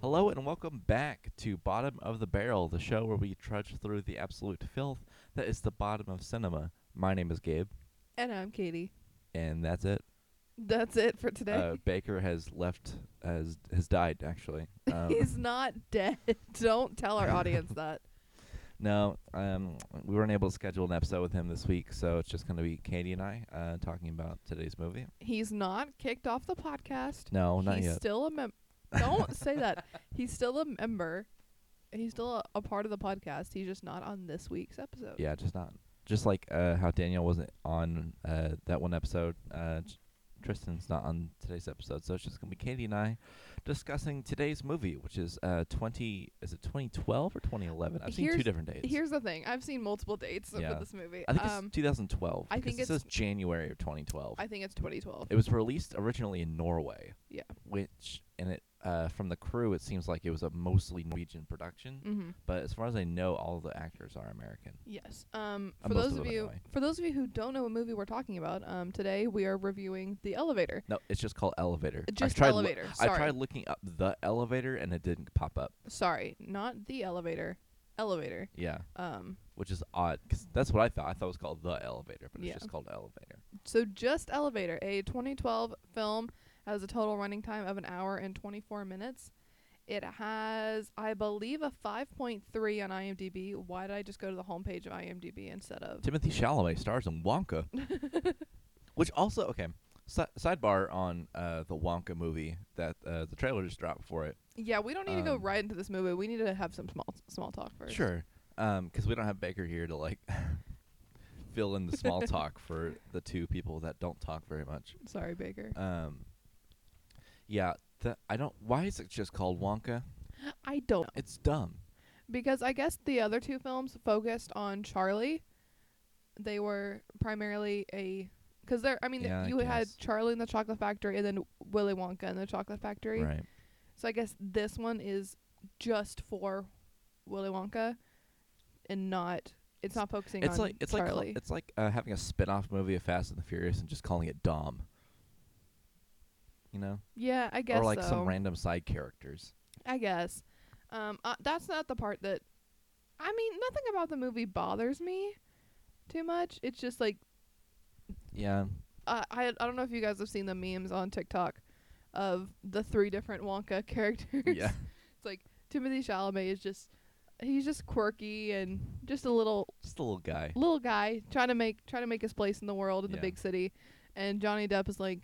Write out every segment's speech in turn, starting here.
Hello and welcome back to Bottom of the Barrel, the show where we trudge through the absolute filth that is the bottom of cinema. My name is Gabe, And I'm Katie. and that's it. That's it for today. Uh, Baker has left, has has died actually. Um, He's not dead. Don't tell our audience that. no, um, we weren't able to schedule an episode with him this week, so it's just going to be Katie and I uh, talking about today's movie. He's not kicked off the podcast. No, not He's yet. still a mem. Don't say that. He's still a member. He's still a, a part of the podcast. He's just not on this week's episode. Yeah, just not. Just like uh, how Daniel wasn't on uh, that one episode, uh, Tr- Tristan's not on today's episode, so it's just gonna be Katie and I discussing today's movie, which is uh, twenty. Is it twenty twelve or twenty eleven? I've seen two Here's- different dates. Here's the thing. I've seen multiple dates Yeah. for this movie. I think um, it's two thousand twelve. I think it says it's- January of twenty twelve. I think it's 2012. It was released originally in Norway. Yeah. Which and it uh, from the crew, it seems like it was a mostly Norwegian production. mm-hmm. But as far as I know, all the actors are American. Yes. Um, Uh, for most those of of, them you, anyway. for those of you who don't know what movie we're talking about, um, today we are reviewing The Elevator. No, it's just called Elevator. I Just tried loo- Elevator. I Sorry. tried looking up the elevator and it didn't pop up. Sorry, not the elevator. Elevator. Yeah, Um, which is odd because that's what I thought. I thought it was called the elevator, but it's Yeah. just called elevator. so just Elevator, a 2012 film, has a total running time of an hour and 24 minutes. It has, I believe, a 5.3 on IMDb. Why did I just go to the homepage of IMDb instead of? Timothy Chalamet stars in Wonka, which also okay. Si- sidebar on uh, the Wonka movie that uh, the trailer just dropped for it. Yeah, we don't need to go Um, right into this movie. We need to have some small small talk first. Sure, because Um, we don't have Baker here to like fill in the small talk for the two people that don't talk very much. Sorry, Baker. Um, yeah, the, I don't. Why is it just called Wonka? I don't It's dumb. because I guess the other two films focused on Charlie. They were primarily a because there. I mean, th- Yeah, I you had guess. Charlie in the Chocolate Factory and then Willy Wonka in the Chocolate Factory. Right. So I guess this one is just for Willy Wonka, and not. It's not focusing It's on like it's like Charlie. call- it's like uh, having a spin-off movie of Fast and the Furious and just calling it Dom. You know, yeah, I guess or like so. some random side characters. I guess. Um, uh, that's not the part that. I mean, nothing about the movie bothers me too much. It's just like Yeah, uh, I I don't know if you guys have seen the memes on TikTok of the three different Wonka characters. yeah. it's like Timothy Chalamet is just he's just quirky and just a little Just a little guy. little guy trying to make trying to make his place in the world in Yeah. the big city, and Johnny Depp is like,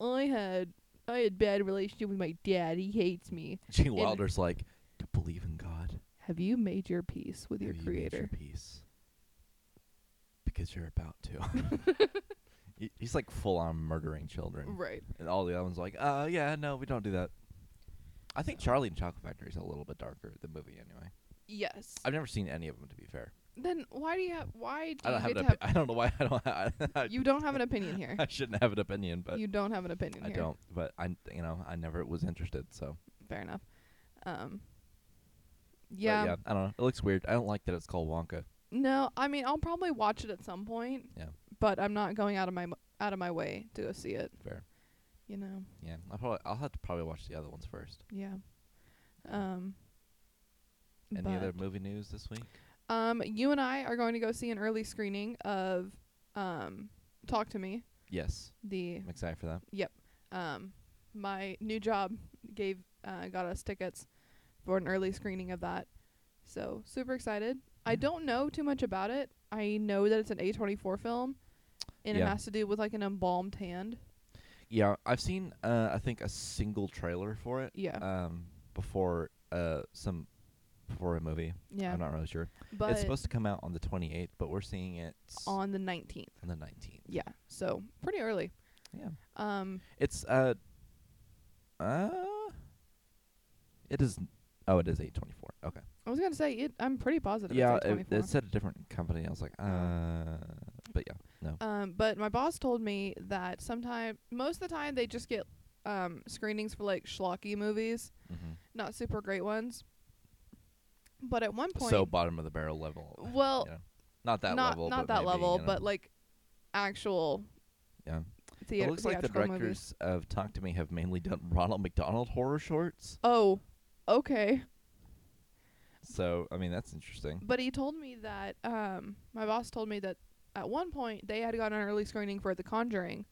I had I had bad relationship with my dad. He hates me. Gene Wilder's like, do you believe in God? Have you made your peace with your Have you made creator? your peace? Because you're about to. He- He's like full on murdering children, Right. and all the other ones are like, uh, yeah, no, we don't do that. I think Charlie and Chocolate Factory is a little bit darker. The movie, anyway. Yes. I've never seen any of them, to be fair. then why do you have why do I don't you have get an. to Opi- I don't know why I don't. I, I, have you don't have an opinion here. I shouldn't have an opinion, but you don't have an opinion I here. don't. But I, you know, I never was interested. So fair enough. Um, But yeah, yeah. I don't know. It looks weird. I don't like that it's called Wonka. No, I mean I'll probably watch it at some point. Yeah. But I'm not going out of my m- out of my way to go see it. Fair. You know. Yeah, I probably I'll have to probably watch the other ones first. Yeah. Um. Any but, other movie news this week? Um, you and I are going to go see an early screening of um, Talk to Me. Yes, The I'm excited for that. um, my new job gave uh, got us tickets for an early screening of that. So super excited. I Yeah. don't know too much about it. I know that it's an A24 film, and it Yeah. has to do with like an embalmed hand. Yeah, I've seen uh, I think a single trailer for it. Yeah, Um, before uh some before a movie. yeah. I'm not really sure. but it's supposed to come out on the 28th, but we're seeing it on, on the 19th. the 19th. Yeah, so pretty early. Yeah. Um, It's uh uh it is oh it is eight twenty four. Okay. I was gonna say it. I'm pretty positive. yeah, it's it, A24. it said a different company. I was like, Oh. uh but yeah, no. Um, but my boss told me that sometime, most of the time, they just get um screenings for like schlocky movies. hmm not super great ones. But at one point, So bottom of the barrel level. well, you know. not that not level. not but that maybe, level, you know. but like actual yeah. theater. it looks like the theatrical movies. directors of Talk to Me have mainly done Ronald McDonald horror shorts. Oh, okay. So I mean that's interesting. But he told me that um, my boss told me that at one point they had gotten an early screening for The Conjuring,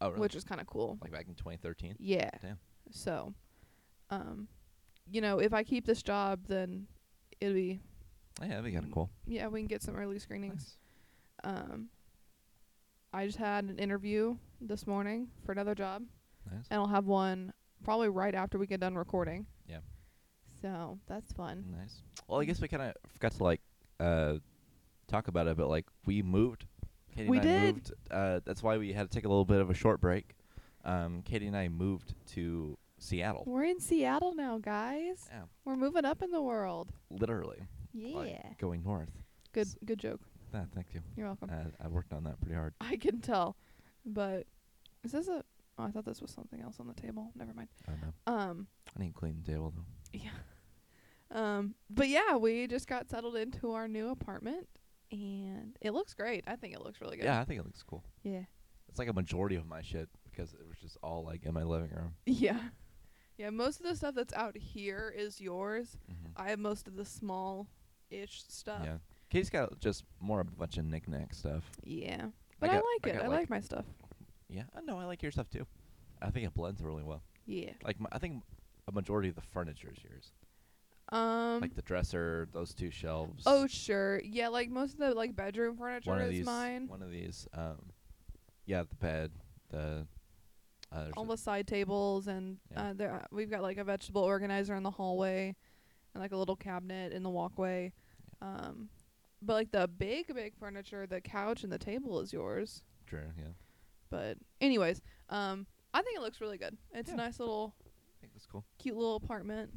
Oh really? which is kind of cool. like back in 2013. Yeah. Damn. So, um, you know, if I keep this job, then it'll be Yeah, that'd be kind of cool. yeah we can get some early screenings. Nice. Um, I just had an interview this morning for another job, Nice. and I'll have one probably right after we get done recording. Yeah. So that's fun. Nice. Well, I guess we kind of forgot to like uh, talk about it, but like we moved. Katie We and I did. moved. Uh, that's why we had to take a little bit of a short break. Um, Katie and I moved to Seattle. We're in Seattle now, guys. Yeah, We're moving up in the world. literally. Yeah. like, going north. good s- good joke. Ah, thank you. You're welcome. Uh, I worked on that pretty hard. I can tell. But is this a Oh, I thought this was something else on the table. Never mind. I don't know. Um I need a clean table though. yeah. Um but yeah, we just got settled into our new apartment and it looks great. I think it looks really good. Yeah, I think it looks cool. Yeah. It's like a majority of my shit because it was just all like in my living room. Yeah. Yeah, most of the stuff that's out here is yours. Mm-hmm. I have most of the small ish stuff. Yeah. Katie's got just more a bunch of knick-knack stuff. Yeah. But I, got- like it. got, I like my stuff. Yeah, I know. I like your stuff too. I think it blends really well. Yeah. Like my, I think a majority of the furniture is yours. Um like the dresser, those two shelves. Oh sure. Yeah, like most of the like bedroom furniture one of is these. mine. One of these. Um, yeah, the bed, the. Uh, there's all a- the side tables and Yeah. uh, there we've got like a vegetable organizer in the hallway and like a little cabinet in the walkway um but like the big big furniture the couch and the table is yours True. Yeah. but anyways um i think it looks really good it's Yeah. a nice little I think that's cool. cute little apartment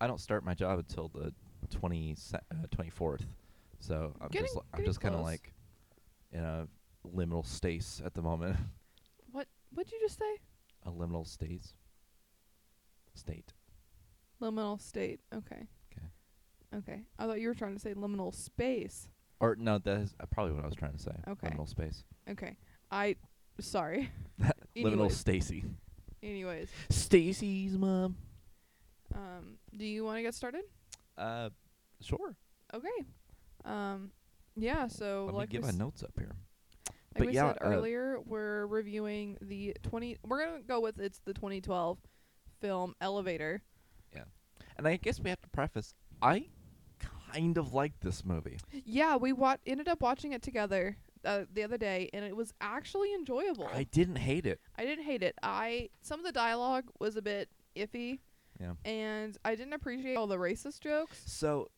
I don't start my job until the twenty se- uh, twenty fourth, so I'm Getting- just li- I'm getting just kind of close. like, in a liminal stace at the moment. what what'd you just say a liminal stace. State. liminal state okay 'Kay. okay i thought you were trying to say liminal space Or no, that is uh, probably what I was trying to say. Okay. Liminal space. okay i sorry Liminal Anyways. Stacy. anyways Stacy's mom. um do you want to get started Uh, sure. Okay. Um, yeah. So Let like me get my we, s- notes up here. like but we yeah, said uh, earlier, we're reviewing the twenty. We're gonna go with it's the 2012 film Elevator. And I guess we have to preface. I kind of like this movie. Yeah, we wa- ended up watching it together uh, the other day, and it was actually enjoyable. I didn't hate it. I didn't hate it. I some of the dialogue was a bit iffy. Yeah. And I didn't appreciate all the racist jokes. So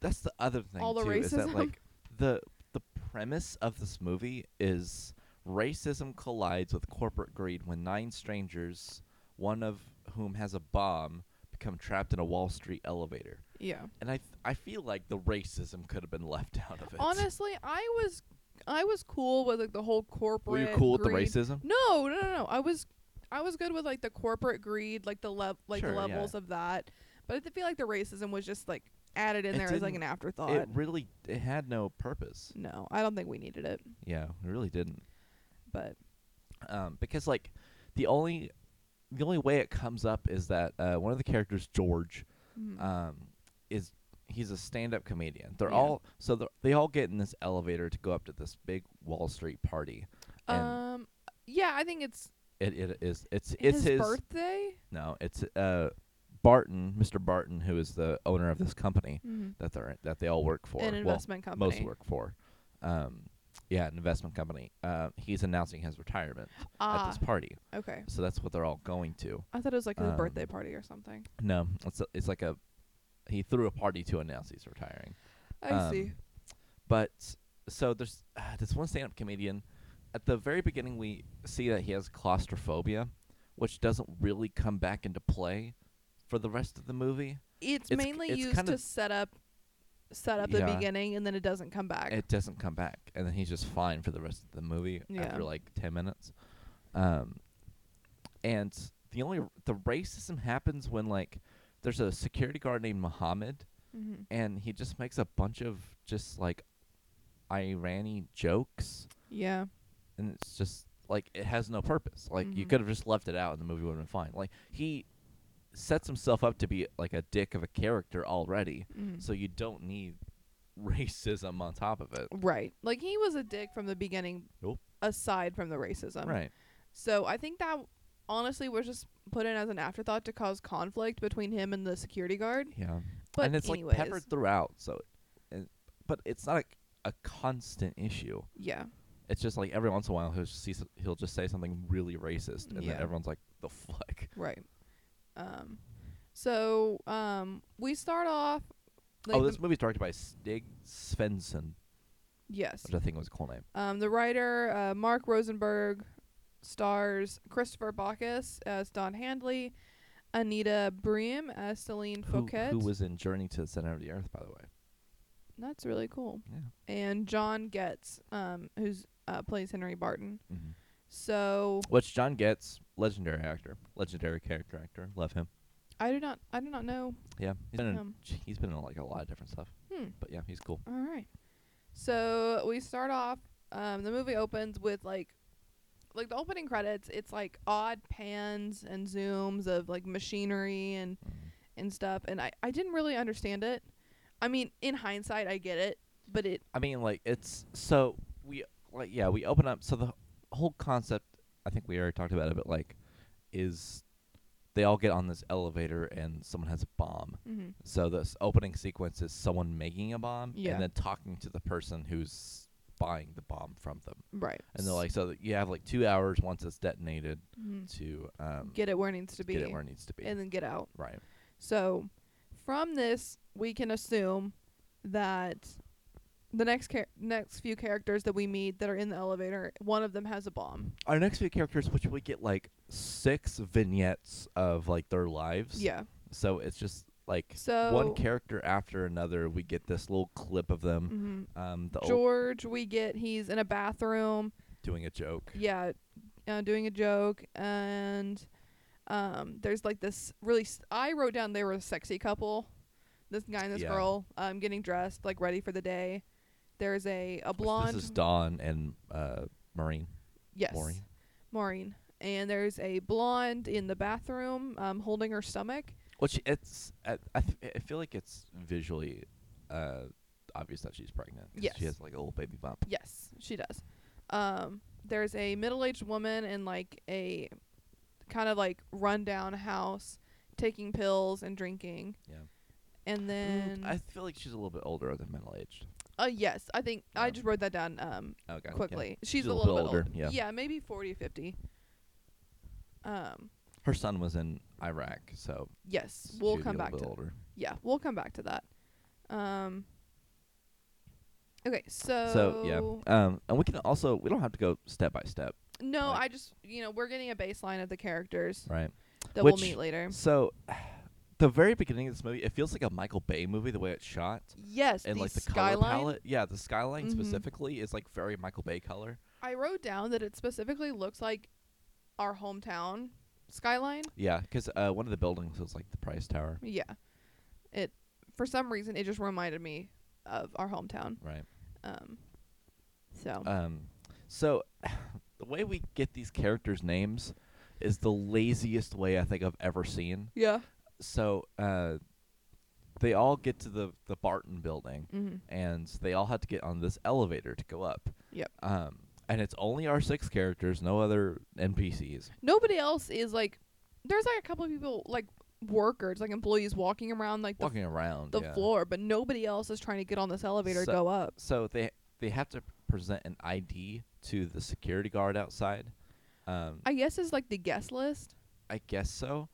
that's the other thing All the too is that racism. like the the premise of this movie is racism collides with corporate greed when nine strangers, one of whom has a bomb, become trapped in a Wall Street elevator. Yeah. And I th- I feel like the racism could have been left out of it. Honestly, I was I was cool with like the whole corporate. Were you cool with the greed racism? No, no, no, no. I was, I was good with like the corporate greed, like the lev- like Sure, the yeah. levels of that. But I th- feel like the racism was just like added in It there as like an didn't- afterthought. It really it had no purpose. no, I don't think we needed it. Yeah, it really didn't. But Um, because like the only the only way it comes up is that uh, one of the characters George mm, um, is he's a stand-up comedian. They're Yeah. all so they're, they all get in this elevator to go up to this big Wall Street party, and um, yeah, I think it's it, it is it's it's his, his, birthday. no it's uh Barton Mr. Barton who is the owner of this company Mm-hmm. that they're that they all work for. An Well, investment company. most work for. Um, yeah, an investment company. Uh, he's announcing his retirement at Ah, this party, okay. so that's what they're all going to. I thought it was like his Um, birthday party or something. No, it's a, it's like a he threw a party to announce he's retiring. I um, see. But so there's uh, this one stand-up comedian. At the very beginning, we see that he has claustrophobia, which doesn't really come back into play for the rest of the movie. It's, it's k- mainly it's used kind to of- set up, set up the Yeah. beginning, and then it doesn't come back. It doesn't come back, and then he's just fine for the rest of the movie Yeah. after like ten minutes. Um, and the only the racism happens when like there's a security guard named Mohammed, mm-hmm. and he just makes a bunch of just like Irani jokes, Yeah. and it's just like it has no purpose. Like you Mhm. could have just left it out, and the movie would have been fine. Like he sets himself up to be like a dick of a character already, Mhm. so you don't need racism on top of it. Right. Like he was a dick from the beginning. Nope. Aside from the racism. Right. So I think that honestly was just put in as an afterthought to cause conflict between him and the security guard. Yeah. But and it's like anyways, peppered throughout, so and, but it's not like a constant issue. yeah. It's just like every once in a while he'll just see, s- he'll just say something really racist, and Yeah. then everyone's like, "The fuck." Right. Um. So um, we start off. Like oh, the- this movie's directed by Stig Svensson, yes. which I think was his cool name. Um, the writer uh, Mark Rosenberg stars Christopher Bacchus as Don Handley, Anita Bream as Celine Who, Fouquet. who was in Journey to the Center of the Earth, by the way. That's really cool. Yeah. And John Getz, um, who's uh, plays Henry Barton. hmm So Which John Getz, legendary actor, legendary character actor, love him. I do not, I do not know. Yeah, he's been in, Um. he's been in like a lot of different stuff, Hmm. but yeah, he's cool. All right. So we start off. Um, the movie opens with like, like the opening credits. It's like odd pans and zooms of like machinery and Mhm. and stuff. And I I didn't really understand it. I mean, in hindsight, I get it, but it I mean, like it's so we like yeah we open up so the whole concept I think we already talked about it, but like is they all get on this elevator and someone has a bomb. mm-hmm. So this opening sequence is someone making a bomb Yeah. and then talking to the person who's buying the bomb from them, right. and they're like, so that you have like two hours once it's detonated Mhm. to um, get it where it needs to be, get it where it needs to be. and then get out. right. So, from this, we can assume that the next char- next few characters that we meet that are in the elevator, one of them has a bomb. Our next few characters, which we get like six vignettes of like their lives. Yeah. So it's just like So one character after another. We get this little clip of them. mhm. Um, the old George, we get he's in a bathroom. doing a joke. Yeah, uh, doing a joke, and um, there's like this really. s I I wrote down they were a sexy couple. This guy and this Yeah. girl, um, getting dressed, like ready for the day. There's a a Which blonde. This is Dawn and uh, Maureen. yes. Maureen. Maureen. And there's a blonde in the bathroom um, holding her stomach. Which it's I I, th- I feel like it's visually uh, obvious that she's pregnant. 'cause Yes. She has like a little baby bump. Yes, she does. Um, there's a middle aged woman in like a kind of like rundown house taking pills and drinking. Yeah. And Mm, then, I feel like she's a little bit older than middle aged. uh, yes, I think I Yeah. just wrote that down um, Okay. quickly. She's, a a little little bit bit older, old. yeah. yeah, maybe 40 or 50. Um, Her son was in Iraq, so yes, she we'll would be come a little back bit to older. yeah, we'll come back to that. Um. Okay, so Oh. So yeah, um, and we can also we don't have to go step by step, no, like- I just you know we're getting a baseline of the characters right? that Which- we'll meet later. So, the very beginning of this movie, it feels like a Michael Bay movie the way it's shot, Yes, and the, like the color skyline. palette. Yeah, the skyline Mhm. specifically is like very Michael Bay color. I wrote down that it specifically looks like our hometown skyline. Yeah, because uh, one of the buildings was like the Price Tower, Yeah, it for some reason it just reminded me of our hometown. right? Um, so Um, so the way we get these characters' names is the laziest way I think I've ever seen. yeah, So uh, they all get to the the Barton building, mm-hmm. and they all had to get on this elevator to go up. Yep. Um, and it's only our six characters, no other NPCs. nobody else is like there's like a couple of people like workers like employees walking around like walking around the, the yeah. floor but nobody else is trying to get on this elevator So- to go up So they they have to present an ID to the security guard outside. Um, I, i guess it's like the guest list guess so,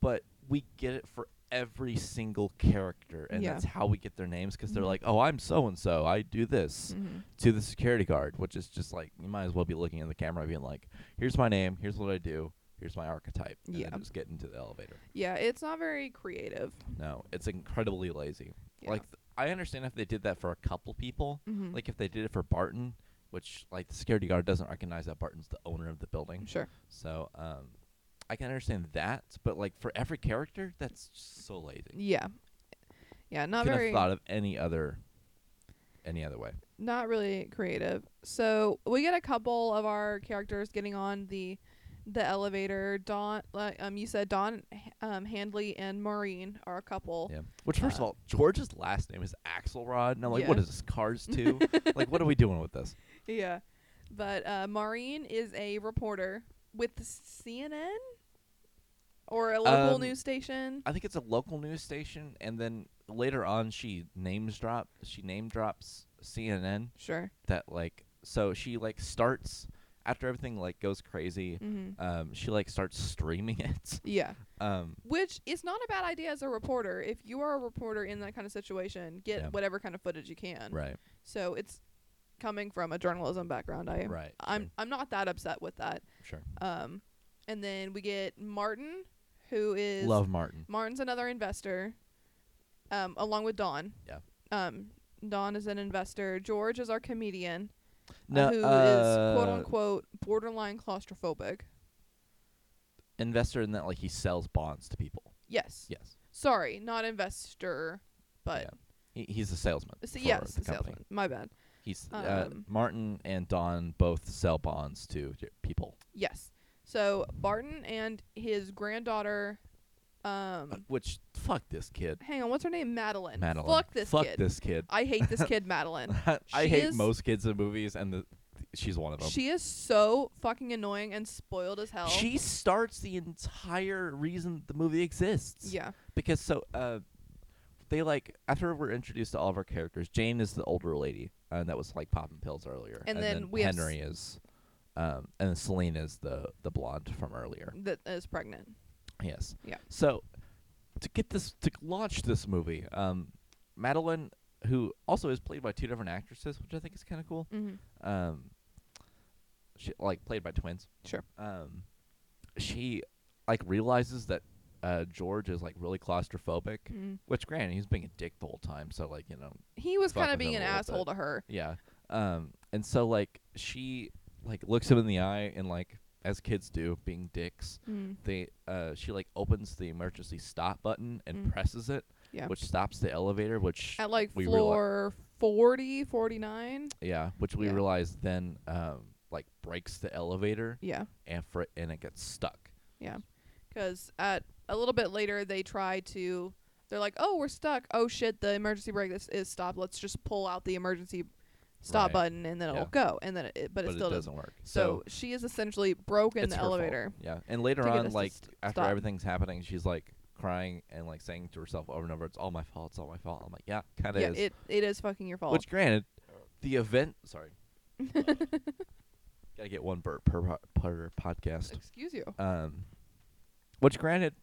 but we get it for every single character, and Yeah. that's how we get their names because they're Mhm. like, "Oh, I'm so and so. I do Mm-hmm. this." To the security guard, which is just like you might as well be looking at the camera, being like, "Here's my name. Here's what I do. Here's my archetype." And Yeah. then just get into the elevator. yeah it's not very creative No, it's incredibly lazy. Yeah. Like th- I understand if they did that for a couple people, Mhm. like if they did it for Barton, which like the security guard doesn't recognize that Barton's the owner of the building. sure So, um I can understand that, but like for every character, that's just so lazy. yeah yeah not Couldn't very have thought of any other any other way. not really creative so we get a couple of our characters getting on the the elevator. Don, like, um, you said Don, H- um, Handley and Maureen are a couple. Yeah. Which, first of Uh, all, George's last name is Axelrod, and I'm like, what Yeah. is this? Cars two? like, what are we doing with this? Yeah. But uh, Maureen is a reporter with CNN or a local Um, news station. I think it's a local news station, and then later on, she names drop. She name drops CNN. Sure. That like, so she like starts after everything like goes crazy. Mm-hmm. Um, she like starts streaming it. Yeah. Um, Which is not a bad idea as a reporter. If you are a reporter in that kind of situation, get Yeah. whatever kind of footage you can. right, So it's coming from a journalism background. I right. I'm I'm not that upset with that. sure. Um, and then we get Martin, who is Love Martin. Martin's another investor, um, along with Don. Yeah. Um, Don is an investor. George is our comedian, No, uh, who is quote uh, unquote borderline claustrophobic. investor in that like he sells bonds to people. Yes. Yes, Sorry, not investor, but Yeah, he, he's a salesman. so for yes, the company. salesman. My bad. He's uh, Um, Martin and Don both sell bonds to j- people, Yes. So Barton and his granddaughter, um, which fuck this kid, hang on, what's her name? Madeline. Madeline. Fuck this Fuck kid. this kid. I hate this kid, Madeline. I She hate is- most kids in movies, and the, she's one of them. She is so fucking annoying and spoiled as hell. She starts the entire reason the movie exists. yeah. Because so uh, they like after we're introduced to all of our characters, Jane is the older lady, and that was like popping pills earlier. And then we have s- Henry is, um, and Celine is the the blonde from earlier. That is pregnant. Yes. Yeah. So to get this to launch this movie, um, Madeline, who also is played by two different actresses, which I think is kind of cool. Mm-hmm. Um, she like played by twins. Sure. Um, she like realizes that uh, George is like really claustrophobic. Mm. Which, granted, he's being a dick the whole time. So like you know, He was Fuck kind of with being him an a little asshole to her. yeah. Um, and so like she like looks him in the eye and like as kids do, being dicks, Mm. they uh she like opens the emergency stop button and Mm. presses it Yeah. which stops the elevator which At like we reali- floor forty, forty nine. yeah which we Yeah. realize then um like breaks the elevator Yeah. and for and it gets stuck Yeah. Because at a little bit later, they try to. They're like, "Oh, we're stuck. Oh shit, the emergency brake is, is stopped. Let's just pull out the emergency stop Right. button, and then Yeah. it'll go." And then it, but, but, it still it doesn't. doesn't work So, so, she is essentially broken it's the her fault. elevator. yeah and to later get on us to like st- after stop. everything's happening she's like crying and like saying to herself over and over it's all my fault it's all my fault i'm like yeah kind of yeah, is it it is fucking your fault. which granted the event sorry gotta get one burp per, po- per podcast Excuse you. Um, which, granted,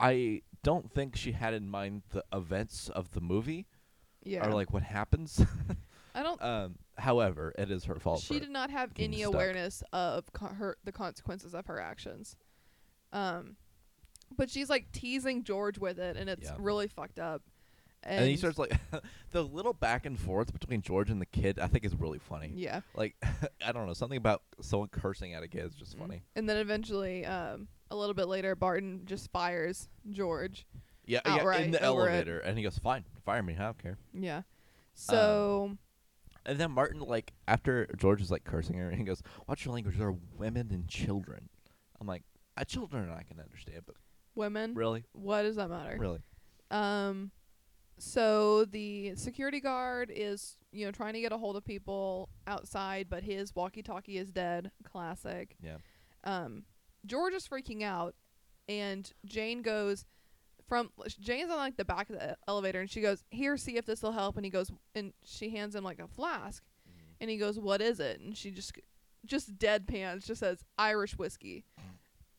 I don't think she had in mind the events of the movie Yeah. or like what happens. I don't. um, however, it is her fault. She for did not have being any stuck. awareness of co- her the consequences of her actions. Um, but she's like teasing George with it, and it's Yeah. really fucked up. and, he starts like the little back and forth between George and the kid. I think is really funny. yeah. Like I don't know something about someone cursing at a kid is just Mm. funny. And then eventually, um, a little bit later, Barton just fires George. Yeah, yeah in Outright the over it. elevator, and he goes, "Fine, fire me. I don't care." Yeah. Um, So And then Martin, like after George is like cursing her, and he goes, "Watch your language. There are women and children." I'm like, uh, "Children, I can understand, Mm-hmm. but women, really, what does that matter? really." Um, so the security guard is you know trying to get a hold of people outside, but his walkie-talkie is dead. Classic. Yeah. Um, George is freaking out, and Jane goes from Jane's on like the back of the elevator, and she goes, "Here, see if this will help." And he goes, and she hands him like a flask, Mm-hmm. and he goes, "What is it?" And she just just deadpans, just says Irish whiskey,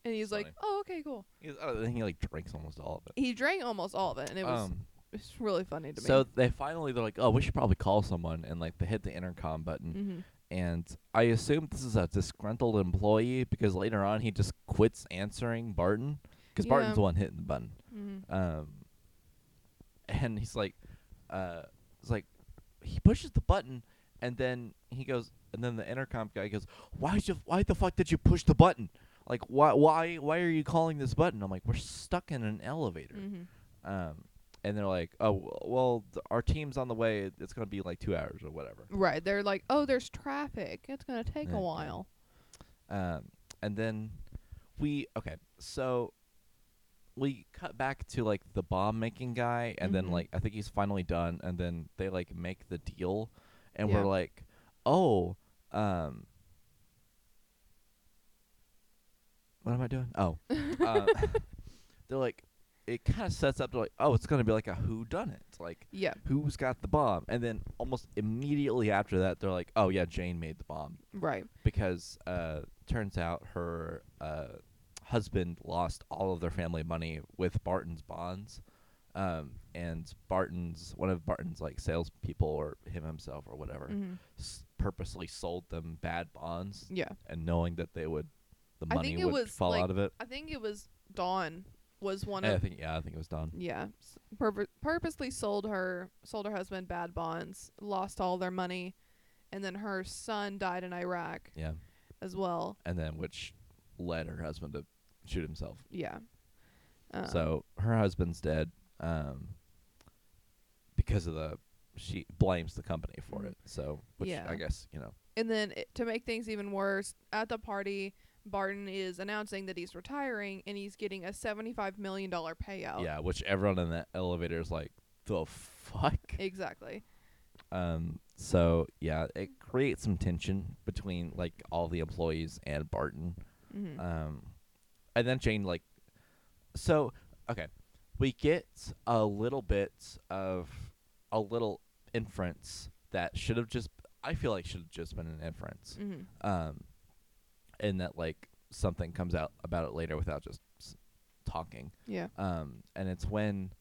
and he's like, Mm. Funny. "Oh, okay, cool." He, oh, then he like drinks almost all of it. He drank almost all of it, and it was Um, it's really funny to me. so they finally they're like, oh, we should probably call someone, and like they hit the intercom button, hmm and I assume this is a disgruntled employee because later on he just quits answering Barton because Yeah. Barton's the one hitting the button, hmm um, and he's like, uh, it's like he pushes the button, and then he goes, and then the intercom guy goes, why you, why the fuck did you push the button? Like why why why are you calling this button? I'm like we're stuck in an elevator. Mhm. um, and they're like, "Oh, w- well, th- our team's on the way. It's gonna be like two hours or whatever." Right. They're like, oh, there's traffic. It's going to take Yeah, yeah. a while. Um, and and then we okay, so we cut back to like the bomb making guy, and Mhm. then like I think he's finally done, and then they like make the deal, and Yeah. we're like, oh, um, what am I doing? Oh, uh, they're like, it kind of sets up to like, oh, it's gonna be like a who done it, like yeah, who's got the bomb, and then almost immediately after that, they're like, oh yeah, Jane made the bomb right. because uh, turns out her uh, husband lost all of their family money with Barton's bonds, um, and Barton's one of Barton's like salespeople or him himself or whatever hmm s- purposely sold them bad bonds Yeah. and knowing that they would the I money think it would was, fall like, out of it. I think it was Dawn was one And I of think yeah, I think it was done. yeah s- purpo- purposely sold her sold her husband bad bonds, lost all their money, and then her son died in Iraq Yeah, as well. and then which led her husband to shoot himself. Yeah. Um, So her husband's dead um, because of the she blames the company for Mhm. it. So which Yeah. I guess you know And then it, to make things even worse, at the party, Barton is announcing that he's retiring and he's getting a $75 million payout. yeah, which everyone in the elevator is like the fuck. Exactly. Um, so yeah, it creates some tension between like all the employees and Barton. hmm Um, and then Jane like, so okay, we get a little bit of a little inference that should have just I feel like should have just been an inference. hmm um, and that like something comes out about it later without just s- talking. Yeah. Um, and it's when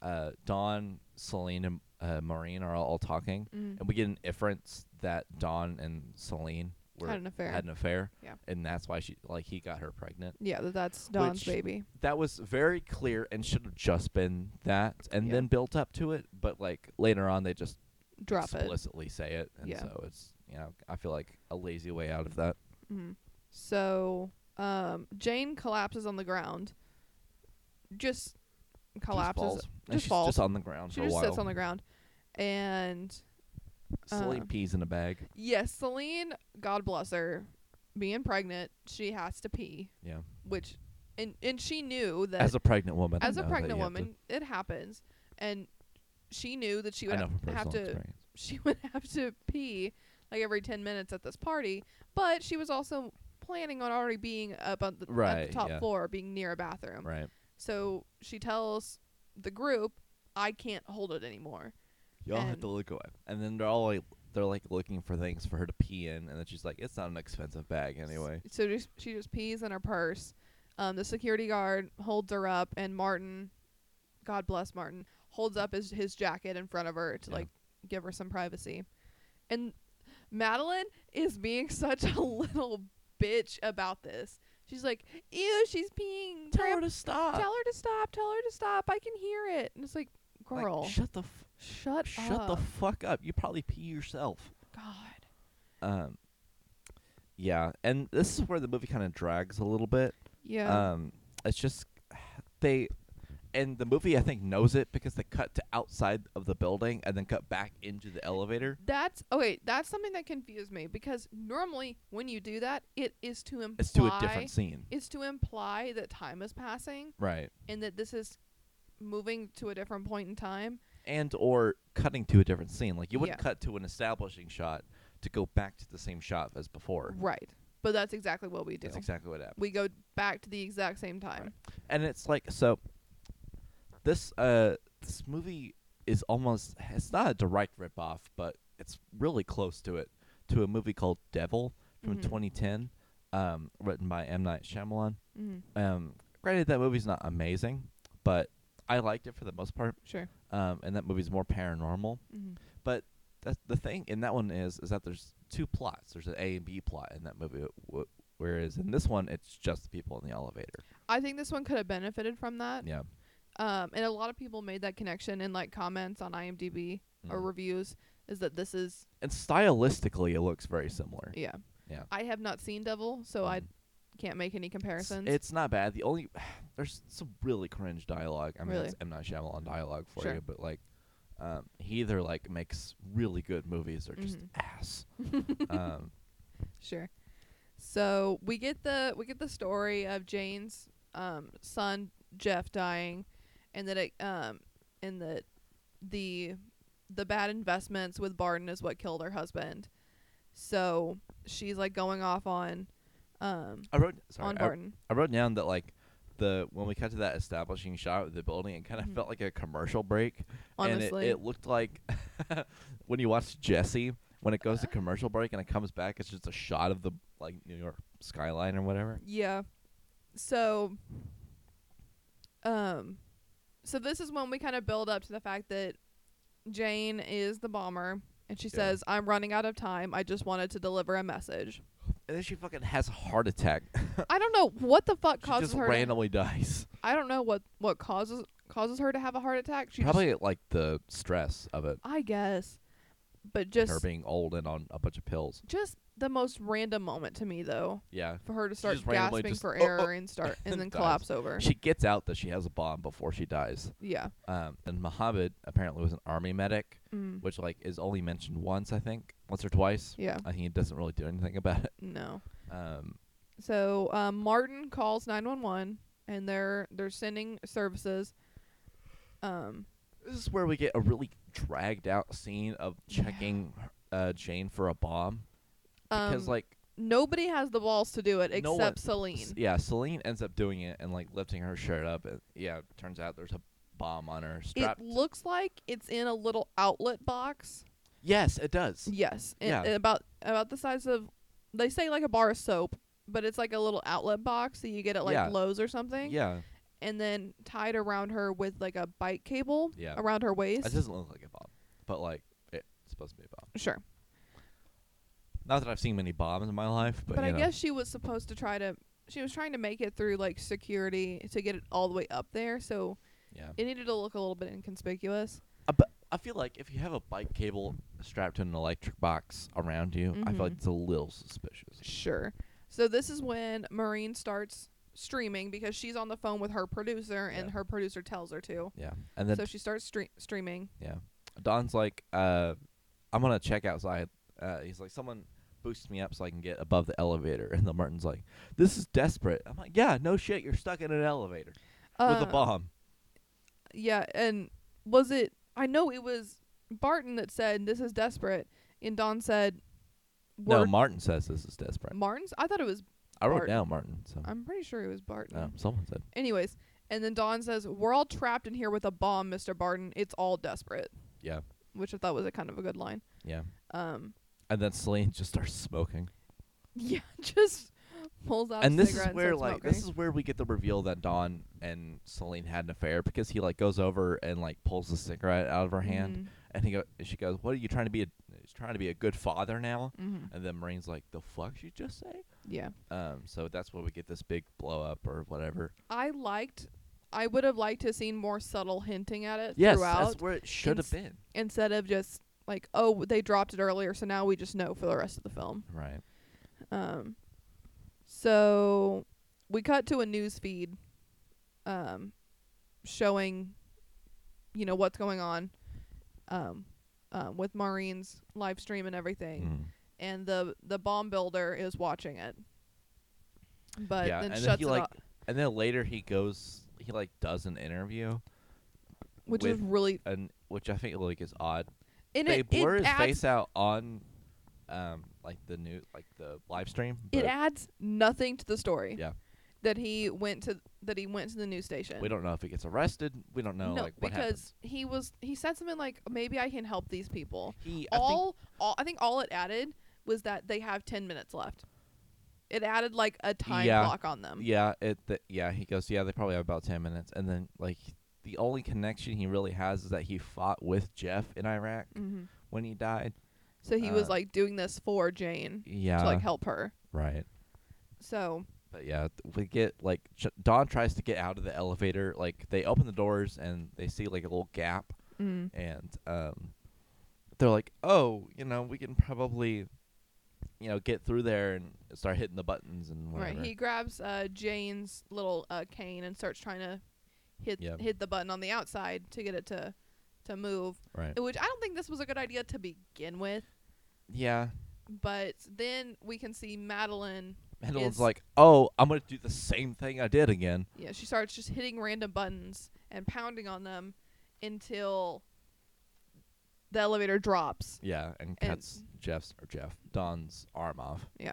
uh, Dawn, Celine, and uh, Maureen are all, all talking, hmm and we get an inference that Dawn and Celine were Had an affair. had an affair, Yeah. and that's why she like he got her pregnant. yeah, that that's Don's Which- baby. That was very clear and should have just been that, and Yeah. then built up to it. But like later on, they just Drop it. explicitly say it, and Yeah. so it's you know I feel like a lazy way out of that. hmm So um, Jane collapses on the ground. Just collapses. Just falls. And just she's falls. just on the ground She for a just while. sits on the ground. And Celine uh, pees in a bag. yes, Celine, God bless her, being pregnant, she has to pee. Yeah. which and and she knew that As a pregnant woman. I as a know that pregnant you have to- woman it happens and she knew that she I would know have, from personal have to experience. she would have to pee like every 10 minutes at this party but she was also planning on already being up on the, at Right, the top yeah. floor being near a bathroom Right. so she tells the group i can't hold it anymore Y'all have And- to look away. And then they're all like, they're like looking for things for her to pee in, and then she's like, "It's not an expensive bag anyway." so just, she just pees in her purse um, the security guard holds her up and martin god bless martin holds up his, his jacket in front of her to Yeah. like give her some privacy and madeline is being such a little bitch about this she's like ew she's peeing Tell her Grandpa, to stop. tell her to stop tell her to stop i can hear it and it's like Like, girl shut the f- shut, shut up the fuck up. You probably pee yourself. god Um. Yeah, and this is where the movie kind of drags a little bit. yeah Um, it's just they, and the movie I think knows it because they cut to outside of the building and then cut back into the elevator. That's okay. That's something that confused me because normally when you do that, it is to imply It's to a different scene, it's to imply that time is passing right? and that this is moving to a different point in time. And or cutting to a different scene, like you wouldn't Yeah. cut to an establishing shot to go back to the same shot as before. Right. But that's exactly what we do. That's exactly what happened. we go back to the exact same time. And it's like so. This uh, this movie is almost it's not a direct ripoff, but it's really close to it to a movie called Devil from Mhm. 2010, um, written by M. Night Shyamalan. Mm-hmm. Um, granted, that movie's not amazing, but I liked it for the most part. Sure. Um, and that movie's more paranormal. Mm-hmm. But that's the thing in that one is is that there's two plots. There's an A and B plot in that movie, w- whereas in this one it's just the people in the elevator. I think this one could have benefited from that. Yeah. Um, and a lot of people made that connection in like comments on IMDb or Mm. reviews is that this is And stylistically, it looks very similar. yeah. Yeah. I have not seen Devil, so I Mhm. can't make any It's, comparisons. it's not bad. The only there's some really cringe dialogue. I mean, Really? it's M Night Shyamalan dialogue for Sure. you, but like, um, he either like Mm-hmm. makes really good movies or just Mhm. ass. um, Sure. So we get the we get the story of Jane's um, son Jeff dying, and that it um and that the the bad investments with Barden is what killed her husband. So she's like going off on um I wrote sorry, on I, Barton. I wrote down that like the when we cut to that establishing shot of the building, it kind of Mhm. felt like a commercial break. Honestly, And it, it looked like when you watch Jesse, when it goes to commercial break and it comes back, it's just a shot of the like New York skyline or whatever. yeah. So um, so this is when we kind of build up to the fact that Jane is the bomber, and she Yeah. says, "I'm running out of time. I just wanted to deliver a message." And then she fucking has a heart attack. I don't know what the fuck she causes just her. To, randomly dies. I don't know what what causes causes her to have a heart attack. She just- Probably like the stress of it, I guess, but her just being old and on a bunch of pills. just the most random moment to me though Yeah. for her to start just randomly gasping just, for "Oh, oh," air and start and and then dies. collapse over. She gets out that she has a bomb before she dies. yeah. Um, and Muhammad apparently was an army medic, Mm. which like is only mentioned once, I think, once or twice. Yeah. I think he doesn't really do anything about it. No. Um, So um, Martin calls nine one one and they're they're sending services. Um. This is where we get a really dragged out scene of Yeah. checking uh, Jane for a bomb because um, like nobody has the balls to do it No one- except Celine. s- yeah, Celine ends up doing it and like lifting her shirt up and yeah, turns out there's a bomb on her it strapped. looks like it's in a little outlet box. yes, it does. Yes, and, Yeah. and about about the size of they say like a bar of soap, but it's like a little outlet box that you get at like Yeah. Lowe's or something. Yeah, and then tied around her with like a bike cable Yeah. around her waist. it doesn't look like a bomb, but like it's supposed to be a bomb. sure, Not that I've seen many bombs in my life, but, but, I you know. guess she was supposed to try to. She was trying to make it through like security to get it all the way up there, so yeah. it needed to look a little bit inconspicuous. Uh, but I feel like if you have a bike cable strapped to an electric box around you, I Mhm. feel like it's a little suspicious. Sure. So this is when Maureen starts streaming because she's on the phone with her producer, and Yeah. her producer tells her to. Yeah, and then so she starts stre- streaming. Yeah. Don's like, uh, I'm gonna check outside. Uh, he's like, someone boosts me up so I can get above the elevator. And the Martin's like, this is desperate. I'm like, yeah, no shit, you're stuck in an elevator with a Uh, bomb. Yeah, and was it? I know it was Barton that said this is desperate, and Don said, No, "We're Martin says this is desperate. Martin's? I thought it was. I wrote Bart- down Martin. So I'm pretty sure it was Barton. um, someone said, Anyways, and then Don says, "We're all trapped in here with a bomb, Mister Barton. It's all desperate." yeah, Which I thought was a kind of a good line. yeah. Um, And then Celine just starts smoking. yeah, just pulls out. and a this is cigarette where starts like smoking. this is where we get the reveal that Don and Celine had an affair because he like goes over and like pulls the cigarette out of her hand Mhm, and he go and she goes, "What are you trying to be? A, he's trying to be a good father now." mhm. And then Marine's like, the fuck she just say? Yeah, Um, so that's where we get this big blow up or whatever. I liked. I would have liked to have seen more subtle hinting at it Yes, throughout that's where it should have ins- been. instead of just like, oh, they dropped it earlier, so now we just know for the rest of the film. Right. Um, so we cut to a news feed, um, showing, you know, what's going on, um, um, with Maureen's live stream and everything, Mm-hmm. Mm. and the the bomb builder is watching it, but Yeah, then and then shuts he, it like, off, And then later he goes, he like does an interview, which is with- really and which I think like is odd. and they it, blur it his adds, face out on, um, like the new like the live stream. It but adds nothing to the story. Yeah. that he went to that he went to the news station. we don't know if he gets arrested. We don't know like what because happens. he was he said something like maybe I can help these people. He I think, all, all I think all it added was that they have ten minutes left. It added like a time Yeah. clock on them. Um, Yeah, it. Th- yeah, he goes. Yeah, they probably have about ten minutes, and then like the only connection he really has is that he fought with Jeff in Iraq hmm when he died. So he was Uh, like doing this for Jane Yeah, to like help her. right. So But yeah, th- we get like Ch- Don tries to get out of the elevator. Like they open the doors and they see like a little gap, mm, and um, they're like, "Oh, you know, we can probably, you know, get through there and start hitting the buttons and right, whatever." he grabs uh, Jane's little uh, cane and starts trying to hit Yeah. hit the button on the outside to get it to to move. right. Which I don't think this was a good idea to begin with. Yeah, But then we can see Madeline Madeline's It's- like, oh, I'm gonna do the same thing I did again. Yeah, she starts just hitting random buttons and pounding on them until the elevator drops. Yeah, and And- cuts Jeff's or Jeff Don's arm off. Yeah.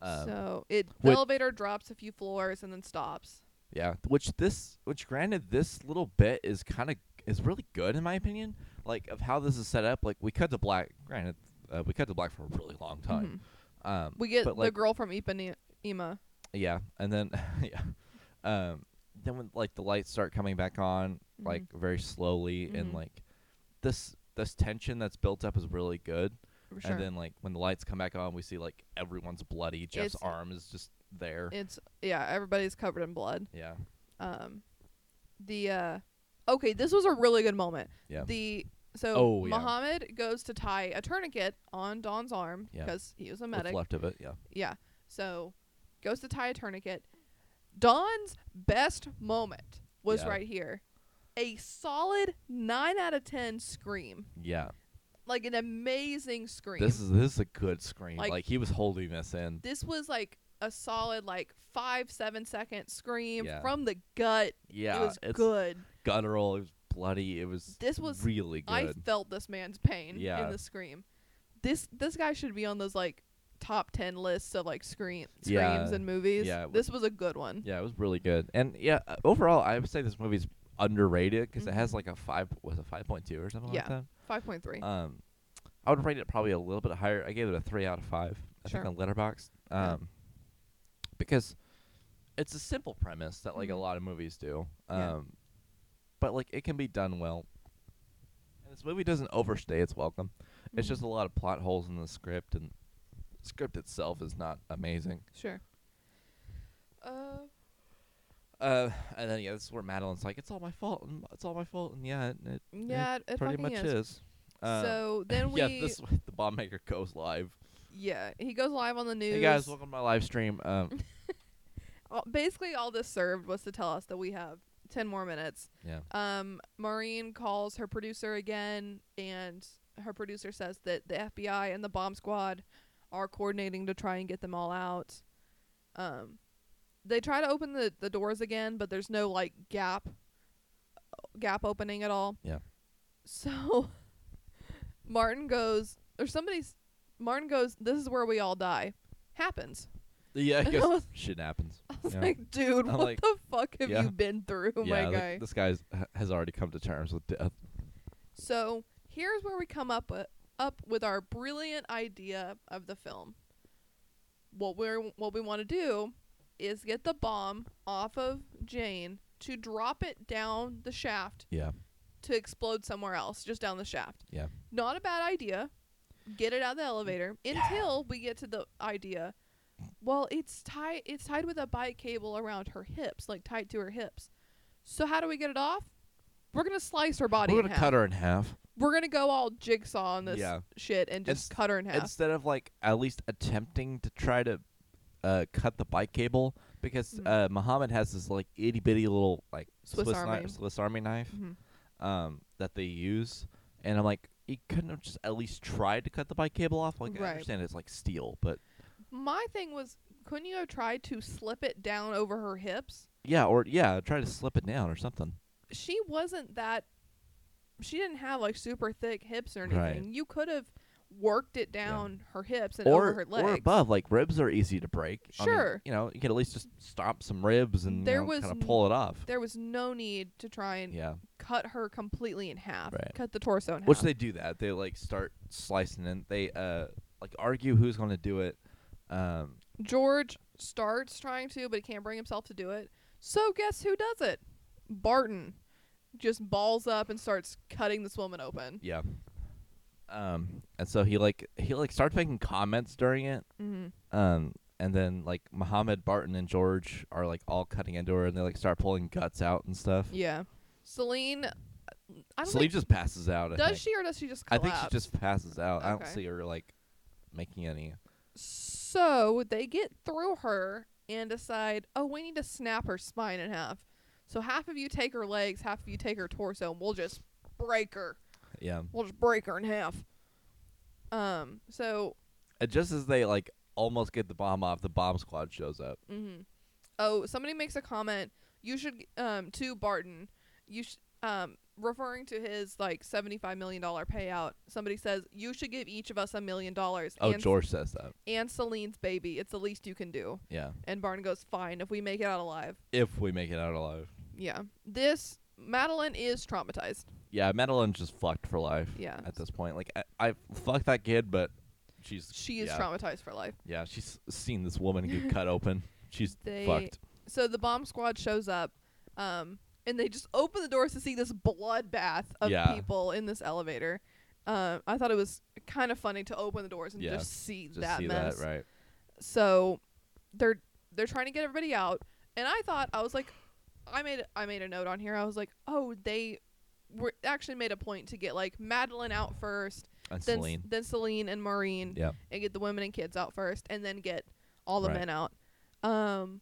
Um, so it the which- elevator drops a few floors and then stops. Yeah, which this, which granted, this little bit is kind of is really good in my opinion. Like of how this is set up. Like we cut to black. Granted, uh, we cut to black for a really long time. Um, Mm-hmm. We get but, the like, girl from Ipanema. Ema. yeah, and then yeah, um, then when like the lights start coming back on, Mm-hmm. like very slowly, and Mhm. like this this tension that's built up is really good. for Sure. And then like when the lights come back on, we see like everyone's bloody. Jeff's It's- arm is just there. it's yeah, everybody's covered in blood. yeah, Um, the uh, okay, this was a really good moment. yeah, The so Oh, yeah. Muhammad goes to tie a tourniquet on Don's arm Yeah. because he was a what's medic. left of it. Yeah, Yeah. So goes to tie a tourniquet. Don's best moment was Yeah. right here. A solid 9 out of 10 scream. yeah. Like an amazing scream. This is this is a good scream. Like, Like- he was holding this in. This was like a solid like 5 7 second scream Yeah. from the gut. Yeah, it was it's good. guttural. It was bloody. It was. This was- really good. I felt this man's pain Yeah. in the scream. This this guy should be on those like top 10 lists of like scream screams Yeah. in movies. Yeah, w- This was a good one. yeah, it was really good. And yeah, uh, overall, I would say this movie's underrated because it has Mhm. like a five. Was it five point two or something Yeah. like 5.3. that? Um, I would rate it probably a little bit higher. I gave it a three out of five. I Sure. think on Letterboxd. Yeah. Um, because it's a simple premise that like a Mhm. lot of movies do. Um, Yeah. but like it can be done well. And this movie doesn't overstay its welcome. It's Mhm. just a lot of plot holes in the script, and the script itself is not amazing. Sure. Uh, Uh, and then yeah, this is where Madeline's like, "It's all my fault, and it's all my fault," and yeah, it, it yeah, it, it pretty fucking much is. is. Uh, so then we, yeah, yeah, this w- the bomb maker goes live. he goes live on the news. Hey guys, welcome to my live stream. Um, All- basically, all this served was to tell us that we have ten more minutes. yeah, Um, Maureen calls her producer again, and her producer says that the FBI and the bomb squad are coordinating to try and get them all out. Um, they try to open the, the doors again, but there's no like gap uh, gap opening at all. Yeah. So Martin goes, or somebody's Martin goes, "This is where we all die." Happens. yeah, I And I guess was- shit happens. I was Yeah. like, dude, I'm what like, the fuck have yeah. you been through, yeah, Oh my like, guy? this guy's h- has already come to terms with death. So here's where we come up with, up with our brilliant idea of the film. What we are what we want to do is get the bomb off of Jane to drop it down the shaft Yeah, to explode somewhere else, just down the shaft. Yeah. Not a bad idea. Get it out of the elevator until we get to the idea. Well, it's tied. It's tied with a bike cable around her hips, like tied to her hips. So how do we get it off? We're gonna slice her body. we're in gonna half cut her in half we're gonna go all jigsaw on this Yeah. shit and just It's- cut her in half. instead of like at least attempting to try to uh, cut the bike cable because Mhm. uh, Muhammad has this like itty bitty little like Swiss kni- Army. Swiss Army knife. Mhm. um, that they use, and I'm like, he couldn't have just at least tried to cut the bike cable off. Like I Right. understand it's like steel, but My thing was, couldn't you have tried to slip it down over her hips? yeah, or yeah, try to slip it down or something. She wasn't that. She didn't have like super thick hips or anything. Right. You could have worked it down her hips and or over her legs. or above, like ribs are easy to break. I mean, Sure. you know you could at least just stomp some ribs and you There know, was kind n- of pull it off. There was no need to try and Yeah, cut her completely in half. Right. Cut the torso in which half. they do that. They like start slicing and they uh like argue who's going to do it. Um, George starts trying to, but he can't bring himself to do it. So guess who does it? Barton just balls up and starts cutting this woman open. yeah. Um, and so he like he like starts making comments during it, Mm-hmm. Um, and then like Muhammad Barton and George are like all cutting into her, and they like start pulling guts out and stuff. Yeah, Celine. I don't Celine think, just passes out. I does think. she or does she just I collapse? think she just passes out. I don't Okay. see her like making any. So they get through her and decide, oh, we need to snap her spine in half. So half of you take her legs, half of you take her torso, and we'll just break her. Yeah. We'll just break her in half. Um. So And just as they like almost get the bomb off. The bomb squad shows up. Mm-hmm. Oh, somebody makes a comment. You should um to Barton. You sh- um referring to his like seventy five million dollar payout. Somebody says you should give each of us a million dollars. Oh, and, George says that. and Celine's baby. It's the least you can do. Yeah, And Barton goes, fine. If we make it out alive, if we make it out alive. yeah. This Madeline is traumatized. Yeah, Madeline's just fucked for life. Yeah. At this point, like I, I fucked that kid, but she's She is yeah, traumatized for life. Yeah, she's seen this woman get cut open. She's They- fucked. so the bomb squad shows up um, and they just open the doors to see this bloodbath of Yeah. people in this elevator uh, i thought it was kind of funny to open the doors and Yeah, just see Just that see mess that, right? so they're they're trying to get everybody out and i thought i was like i made i made a note on here i was like oh they were actually made a point to get like madeline out first And then Celine. then celine and maureen Yeah. and get the women and kids out first and then get all the Right. men out um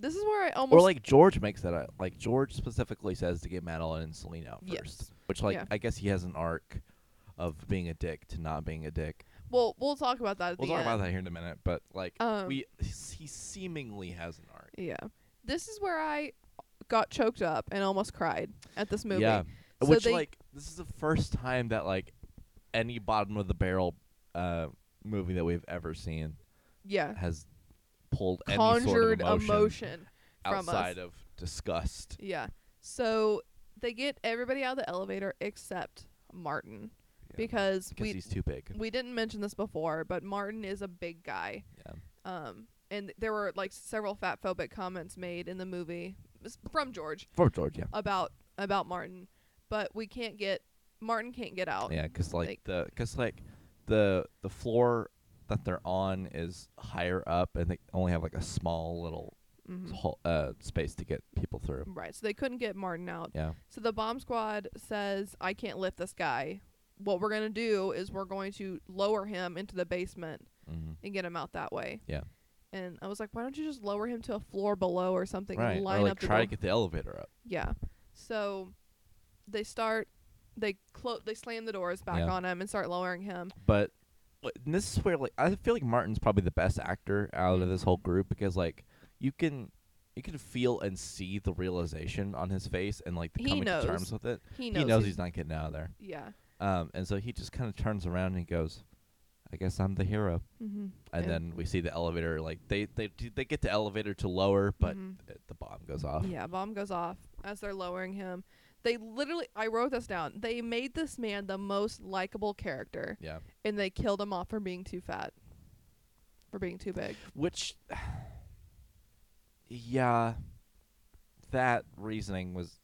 this is where i almost Or like George makes that uh, like George specifically says to get Madeline and Celine out Yes. first, which like Yeah. I guess he has an arc of being a dick to not being a dick. Well, we'll talk about that at We'll the talk end. about that here in a minute, but like Um, we he seemingly has an arc. Yeah. This is where I got choked up and almost cried at this movie. Yeah, So which they- like this is the first time that like any bottom of the barrel uh movie that we've ever seen Yeah. has pulled any sort Conjured of emotion, emotion from us. outside of disgust. Yeah. So they get everybody out of the elevator except Martin Yeah, because because we he's too big. we didn't mention this before, but Martin is a big guy. Yeah. Um and there were like several fat phobic comments made in the movie s- from George For George, yeah. about about Martin, but we can't get Martin can't get out. Yeah, because like, Oh, Like- the because like the the floor that they're on is higher up, and they only have like a small little Mhm. hole, uh, space to get people through. Right. So they couldn't get Martin out. Yeah, So the bomb squad says, I can't lift this guy. What we're going to do is we're going to lower him into the basement mm-hmm. and get him out that way. Yeah. And I was like, why don't you just lower him to a floor below or something? right. And Or line like up the try to door?" get the elevator up. Yeah. So they start, they clo- they slam the doors back Yeah. on him and start lowering him. but but- and this is where like I feel like Martin's probably the best actor out Mm. of this whole group because like you can you can feel and see the realization on his face and like the He coming knows. to terms with it. He knows. he knows he's not getting out of there. Yeah. Um, and so he just kind of turns around and goes, "I guess I'm the hero." Mm-hmm. And then we see the elevator like they they do- they get the elevator to lower, but Mhm. th- the bomb goes off. Yeah, bomb goes off as they're lowering him. They literally, I wrote this down. They made this man the most likable character, Yeah. and they killed him off for being too fat, for being too big. Which, yeah, that reasoning was.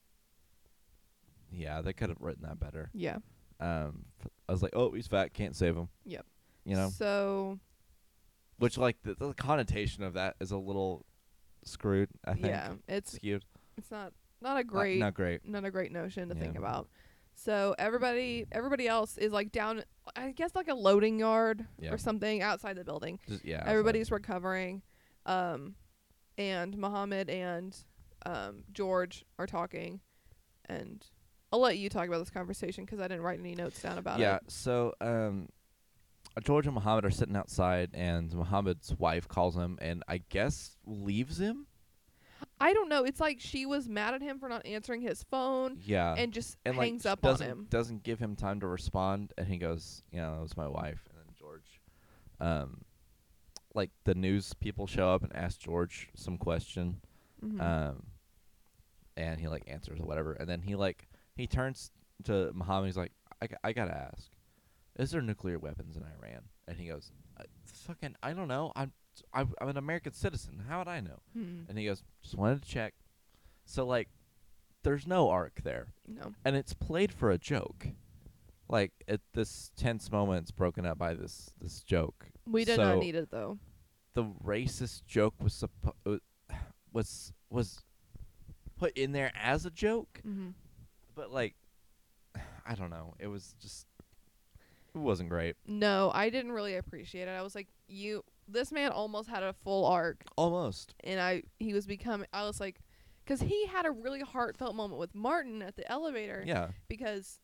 Yeah, they could have written that better. Yeah, Um, f- I was like, oh, he's fat, can't save him. Yep. You know, So which like the, the connotation of that is a little screwed. I think. yeah, it's Skewed. it's not not a Not- great Not, not, great. a great notion to Yeah. think about. So everybody everybody else is like down, I guess like a loading yard Yeah. or something outside the building. Just yeah. everybody's recovering um and Muhammad and um George are talking and I'll let you talk about this conversation cuz I didn't write any notes down about yeah. it. So um, George and Muhammad are sitting outside, and Muhammad's wife calls him, and I guess leaves him. I don't know, it's like she was mad at him for not answering his phone Yeah. and just and like hangs she up on doesn't, him. Doesn't give him time to respond, and he goes, "You know, it was my wife." And then George, um, like the news people show up and ask George some question, Mhm. um, and he like answers or whatever, and then he like he turns to Muhammad. He's like, "I, g- I gotta ask, is there nuclear weapons in Iran?" And he goes, I, "Fucking, I don't know. I'm, I'm I'm an American citizen. How would I know?" Hmm. And he goes, "Just wanted to check." So like, there's no arc there No. and it's played for a joke. Like at this tense moment's broken up by this this joke. We did so not need it though. The racist joke was suppo- uh, was was put in there as a joke, Mhm. but like I don't know. It was just it wasn't great. No, I didn't really appreciate it. I was like you this man almost had a full arc Almost. and I he was becoming I was like cuz he had a really heartfelt moment with Martin at the elevator. Yeah. because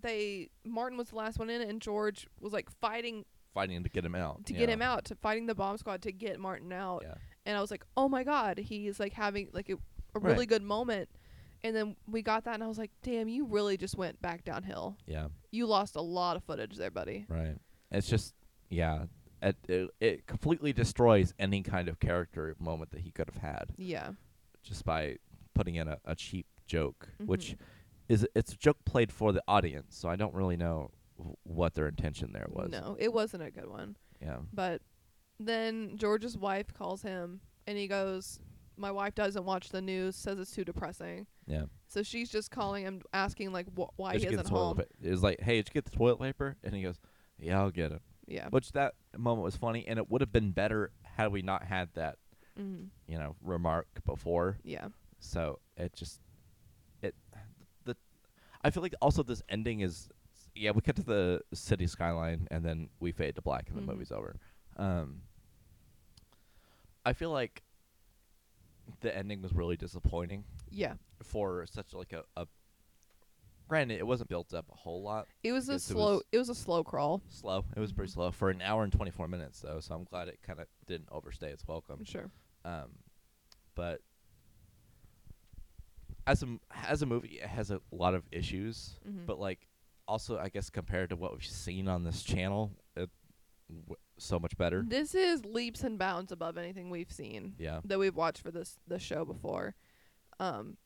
they Martin was the last one in it, and George was like fighting fighting to get him out. to you get know? him out, to fighting the bomb squad to get Martin out. Yeah. And I was like, oh my god, he's like having like a, a Right. really good moment. And then we got that, and I was like, damn, you really just went back downhill. Yeah. You lost a lot of footage there, buddy. Right. It's just yeah. It, it it completely destroys any kind of character moment that he could have had Yeah. just by putting in a, a cheap joke, which Mm-hmm. is it's a joke played for the audience. So I don't really know w- what their intention there was. No, it wasn't a good one. Yeah. But then George's wife calls him, and he goes, my wife doesn't watch the news, says it's too depressing. Yeah. So she's just calling him, asking like wh- why Did Oh, he you get isn't the toilet home. paper? It was like, hey, did you get the toilet paper? And he goes, yeah, I'll get it. Yeah. Which that moment was funny, and it would have been better had we not had that hmm you know remark before. Yeah. So it just it the I feel like also this ending is yeah we cut to the city skyline and then we fade to black and Mhm. the movie's over. Um, I feel like the ending was really disappointing Yeah. for such like a, a granted it wasn't built up a whole lot It was a Because it slow. was- It was a slow crawl. slow it was pretty Mhm. slow for an hour and 24 minutes though so I'm glad it kind of didn't overstay its welcome. I'm sure. Um, but as a m- as a movie, it has a lot of issues. Mhm. But like, also, I guess compared to what we've seen on this channel, it w- so much better. This is leaps and bounds above anything we've seen Yeah, that we've watched for this the show before. Um,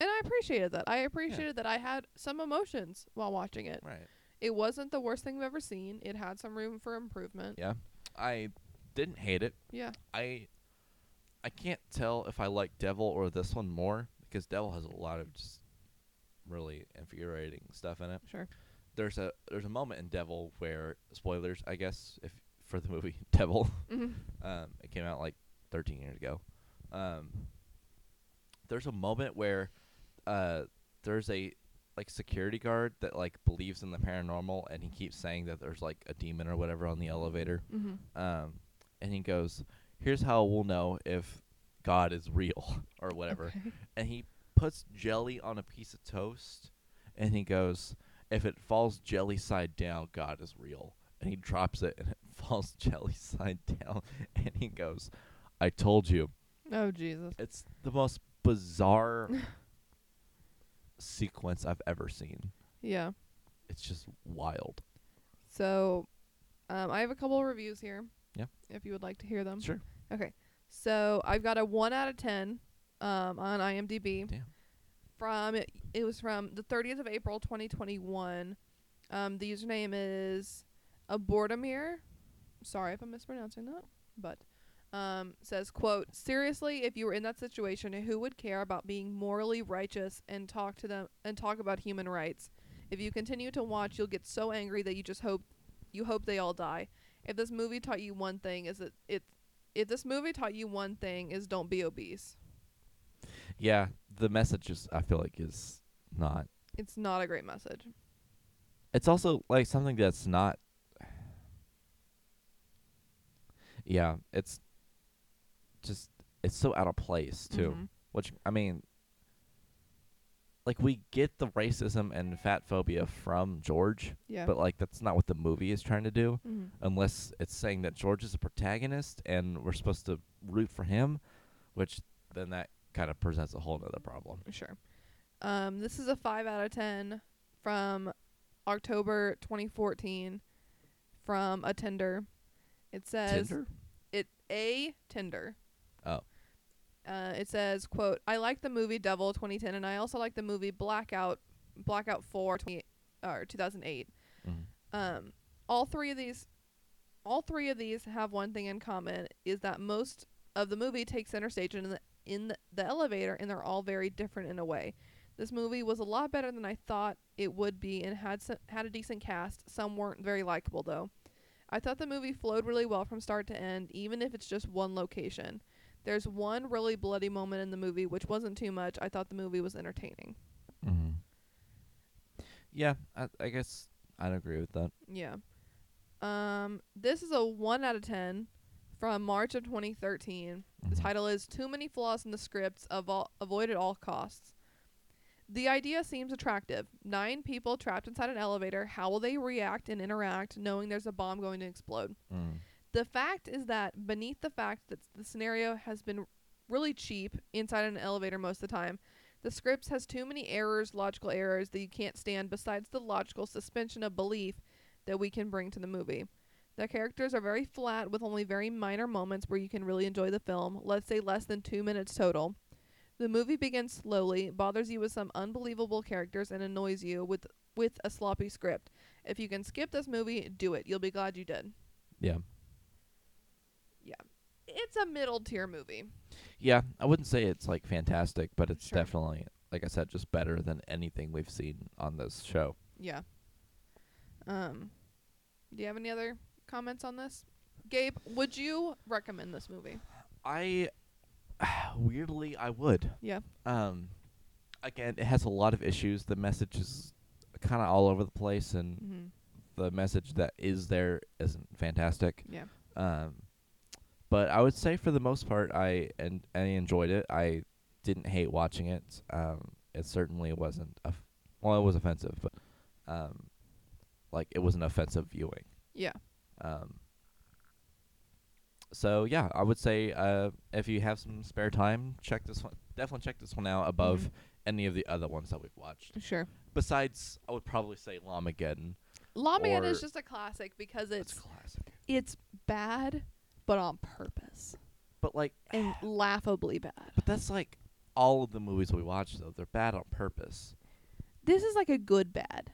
and I appreciated that. I appreciated that I had some emotions while watching it. right. It wasn't the worst thing I've ever seen. It had some room for improvement. Yeah. I didn't hate it. Yeah. I I can't tell if I like Devil or this one more because Devil has a lot of just really infuriating stuff in it. Sure. There's a there's a moment in Devil where spoilers, I guess, if for the movie Devil. Mhm. Um, it came out like 13 years ago. Um, there's a moment where uh, there's a like security guard that like believes in the paranormal, and he keeps saying that there's like a demon or whatever on the elevator. Mhm. Um, and he goes, "Here's how we'll know if God is real or whatever." Okay. And he puts jelly on a piece of toast, and he goes, "If it falls jelly side down, God is real." And he drops it, and it falls jelly side down, and he goes, "I told you." Oh Jesus. It's the most bizarre sequence I've ever seen. Yeah. It's just wild. So, um, I have a couple of reviews here. Yeah. If you would like to hear them. Sure. Okay. So I've got a one out of ten um, on IMDb. Damn. From it was from the 30th of April 2021. Um, the username is a Bordomir. Sorry if I'm mispronouncing that, but um, says quote Seriously, if you were in that situation, who would care about being morally righteous and talk to them and talk about human rights? If you continue to watch, you'll get so angry that you just hope you hope they all die. If this movie taught you one thing, is that it if this movie taught you one thing is don't be obese. Yeah, the message is I feel like is not It's not a great message. it's also like something that's not yeah it's just it's so out of place too Mhm. which i mean like we get the racism and fat phobia from george Yeah. but like that's not what the movie is trying to do Mhm. unless it's saying that george is a protagonist and we're supposed to root for him which then that kind of presents a whole nother problem Sure. Um, this is a 5 out of 10 from October 2014 from a Tinder. It says Tinder? it a Tinder. Oh. Uh, it says, "quote I like the movie Devil 2010, and I also like the movie Blackout, Blackout 4 20, or 2008. Mhm. um, all three of these all three of these have one thing in common is that most of the movie takes center stage in the in the, the elevator and they're all very different in a way this movie was a lot better than i thought it would be and had some, had a decent cast some weren't very likable though i thought the movie flowed really well from start to end even if it's just one location there's one really bloody moment in the movie which wasn't too much i thought the movie was entertaining Mm-hmm. Yeah, I, I guess I'd agree with that. Yeah. Um, this is a one out of ten from March of 2013. The Mhm. title is "Too Many Flaws in the Scripts. Avo- avoid at all costs." The idea seems attractive. Nine people trapped inside an elevator. How will they react and interact knowing there's a bomb going to explode? Mm. The fact is that beneath the fact that the scenario has been really cheap inside an elevator most of the time, the scripts has too many errors, logical errors that you can't stand besides the logical suspension of belief that we can bring to the movie. The characters are very flat with only very minor moments where you can really enjoy the film, let's say less than 2 minutes total. The movie begins slowly, bothers you with some unbelievable characters and annoys you with with a sloppy script. If you can skip this movie, do it. You'll be glad you did. Yeah. It's a middle tier movie. Yeah, I wouldn't say it's like fantastic, but it's Sure. definitely, like I said, just better than anything we've seen on this show. Yeah. Um, do you have any other comments on this? Gabe, would you recommend this movie? I weirdly I would. Yeah. Um, again, it has a lot of issues. The message is kind of all over the place, and Mm-hmm. the message that is there isn't fantastic. Yeah. Um, but I would say for the most part, I and I enjoyed it. I didn't hate watching it. Um, it certainly wasn't. Off- well, it was offensive, but um, like it was an offensive viewing. Yeah. Um, so yeah, I would say uh, if you have some spare time, check this one. Definitely check this one out above Mhm. any of the other ones that we've watched. Sure. Besides, I would probably say Lamageddon. Lawman Or- is just a classic because That's it's classic. it's bad, but on purpose But like, and laughably bad. but that's like all of the movies we watch though. They're bad on purpose. This is like a good bad.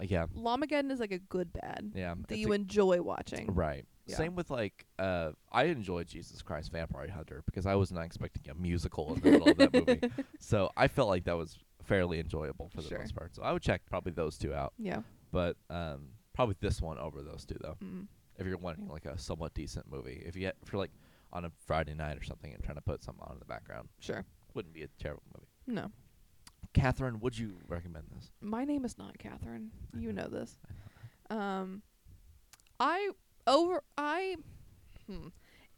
Uh, Yeah, Lamageddon is like a good bad yeah. that it's you enjoy watching. a, right. Yeah. Same with like, uh, I enjoyed Jesus Christ Vampire Hunter because I was not expecting a musical in the middle of that movie. So I felt like that was fairly enjoyable for the Sure. most part. So I would check probably those two out, Yeah. but um, probably this one over those two though. Mm. If you're wanting like a somewhat decent movie, if you ha- if you're like on a Friday night or something and trying to put something on in the background, Sure. wouldn't be a terrible movie. No. Catherine, would you recommend this? My name is not Catherine. I You know. know this. I know. Um, I over I, hmm,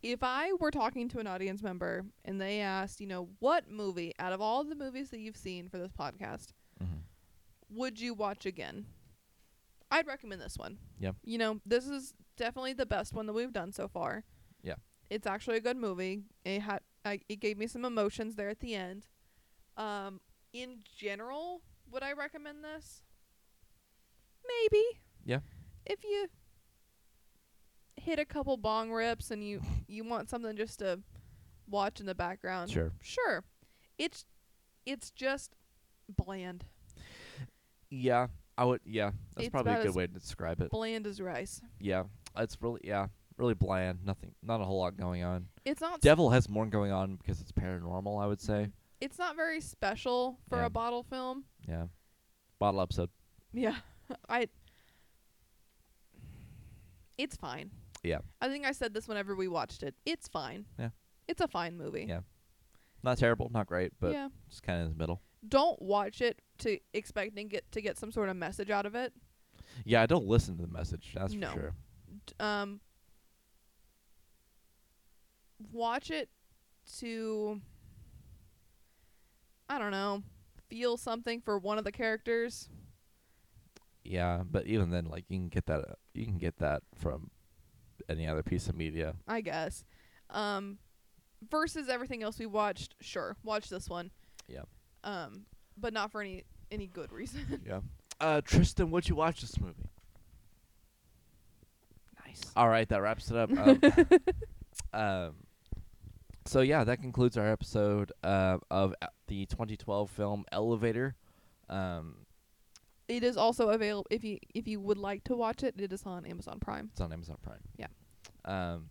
if I were talking to an audience member and they asked, you know, what movie out of all the movies that you've seen for this podcast Mm-hmm. would you watch again? I'd recommend this one. Yep. You know, this is definitely the best one that we've done so far. Yeah. It's actually a good movie. It had I, it gave me some emotions there at the end. Um, in general, would I recommend this? Maybe. Yeah. If you hit a couple bong rips and you you want something just to watch in the background, Sure. sure. It's it's just bland. Yeah, I would. Yeah, that's It's probably a about good as way to describe it. Bland as rice. yeah, it's really yeah, really bland. Nothing, not a whole lot going on. It's not. s- Devil has more going on because it's paranormal. I would say. it's not very special for Yeah. a bottle film. Yeah, bottle episode. Yeah, I. It's fine. Yeah. I think I said this whenever we watched it. It's fine. Yeah. It's a fine movie. Yeah, Not terrible, not great, but yeah. just kind of in the middle. Don't watch it to expecting get to get some sort of message out of it. Yeah, I don't listen to the message. That's No. for sure. D- Um. Watch it to. I don't know. Feel something for one of the characters. Yeah, but even then, like you can get that, uh, you can get that from any other piece of media. I guess. Um, versus everything else we watched, sure, watch this one. Yeah. Um, but not for any any good reason. yeah. Uh, Tristan, would you watch this movie? nice. All right, that wraps it up. Um, um, so yeah, that concludes our episode uh, of uh, the 2012 film Elevator. Um, It is also available if you if you would like to watch it. It is on Amazon Prime. it's on Amazon Prime. Yeah. Um,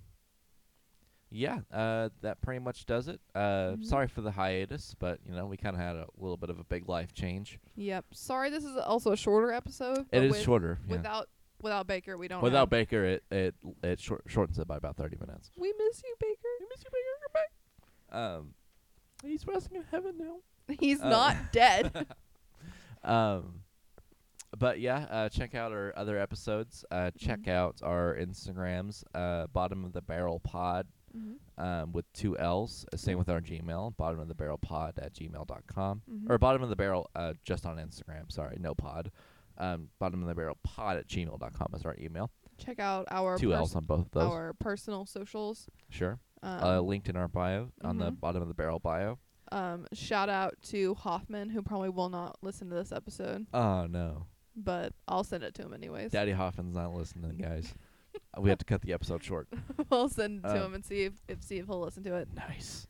yeah, uh, that pretty much does it. Uh, Mhm. Sorry for the hiatus, but you know we kind of had a little bit of a big life change. Yep. Sorry, this is also a shorter episode. but it is with- shorter. yeah. Without without Baker, we don't. Without have- Baker, it it it short, shortens it by about 30 minutes. we miss you, Baker. Um, he's resting in heaven now. He's Oh. not dead. Um, but yeah, uh, check out our other episodes. Uh, check Mhm. out our Instagrams, uh, bottom of the barrel pod Mm-hmm. um, with two L's. Uh, Same with our Gmail, bottom of the barrel pod at gmail.com. Mhm. Or bottom of the barrel uh, just on Instagram. Sorry, no pod. Um, bottom of the barrel pod at gmail.com is our email. Check out our two pers- L's on both of those. our personal socials. Sure. Um, uh, linked in our bio, on the mhm. bottom of the barrel bio. um, shout out to Hoffman, who probably will not listen to this episode, Oh, no. but I'll send it to him anyways. Daddy Hoffman's not listening, guys. Uh, we have to cut the episode short. we'll send it to Uh, him and see if, if see if he'll listen to it. Nice.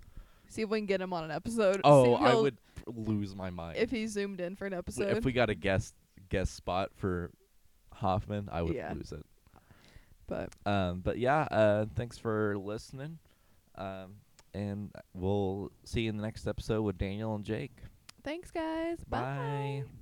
See if we can get him on an episode. See Oh, if I he'll- would lose my mind. If he zoomed in for an episode, W- if we got a guest guest spot for Hoffman, I would Yeah. lose it. but Um, but yeah, uh, thanks for listening. Um, and we'll see you in the next episode with Daniel and Jake. thanks, guys. Bye. Bye.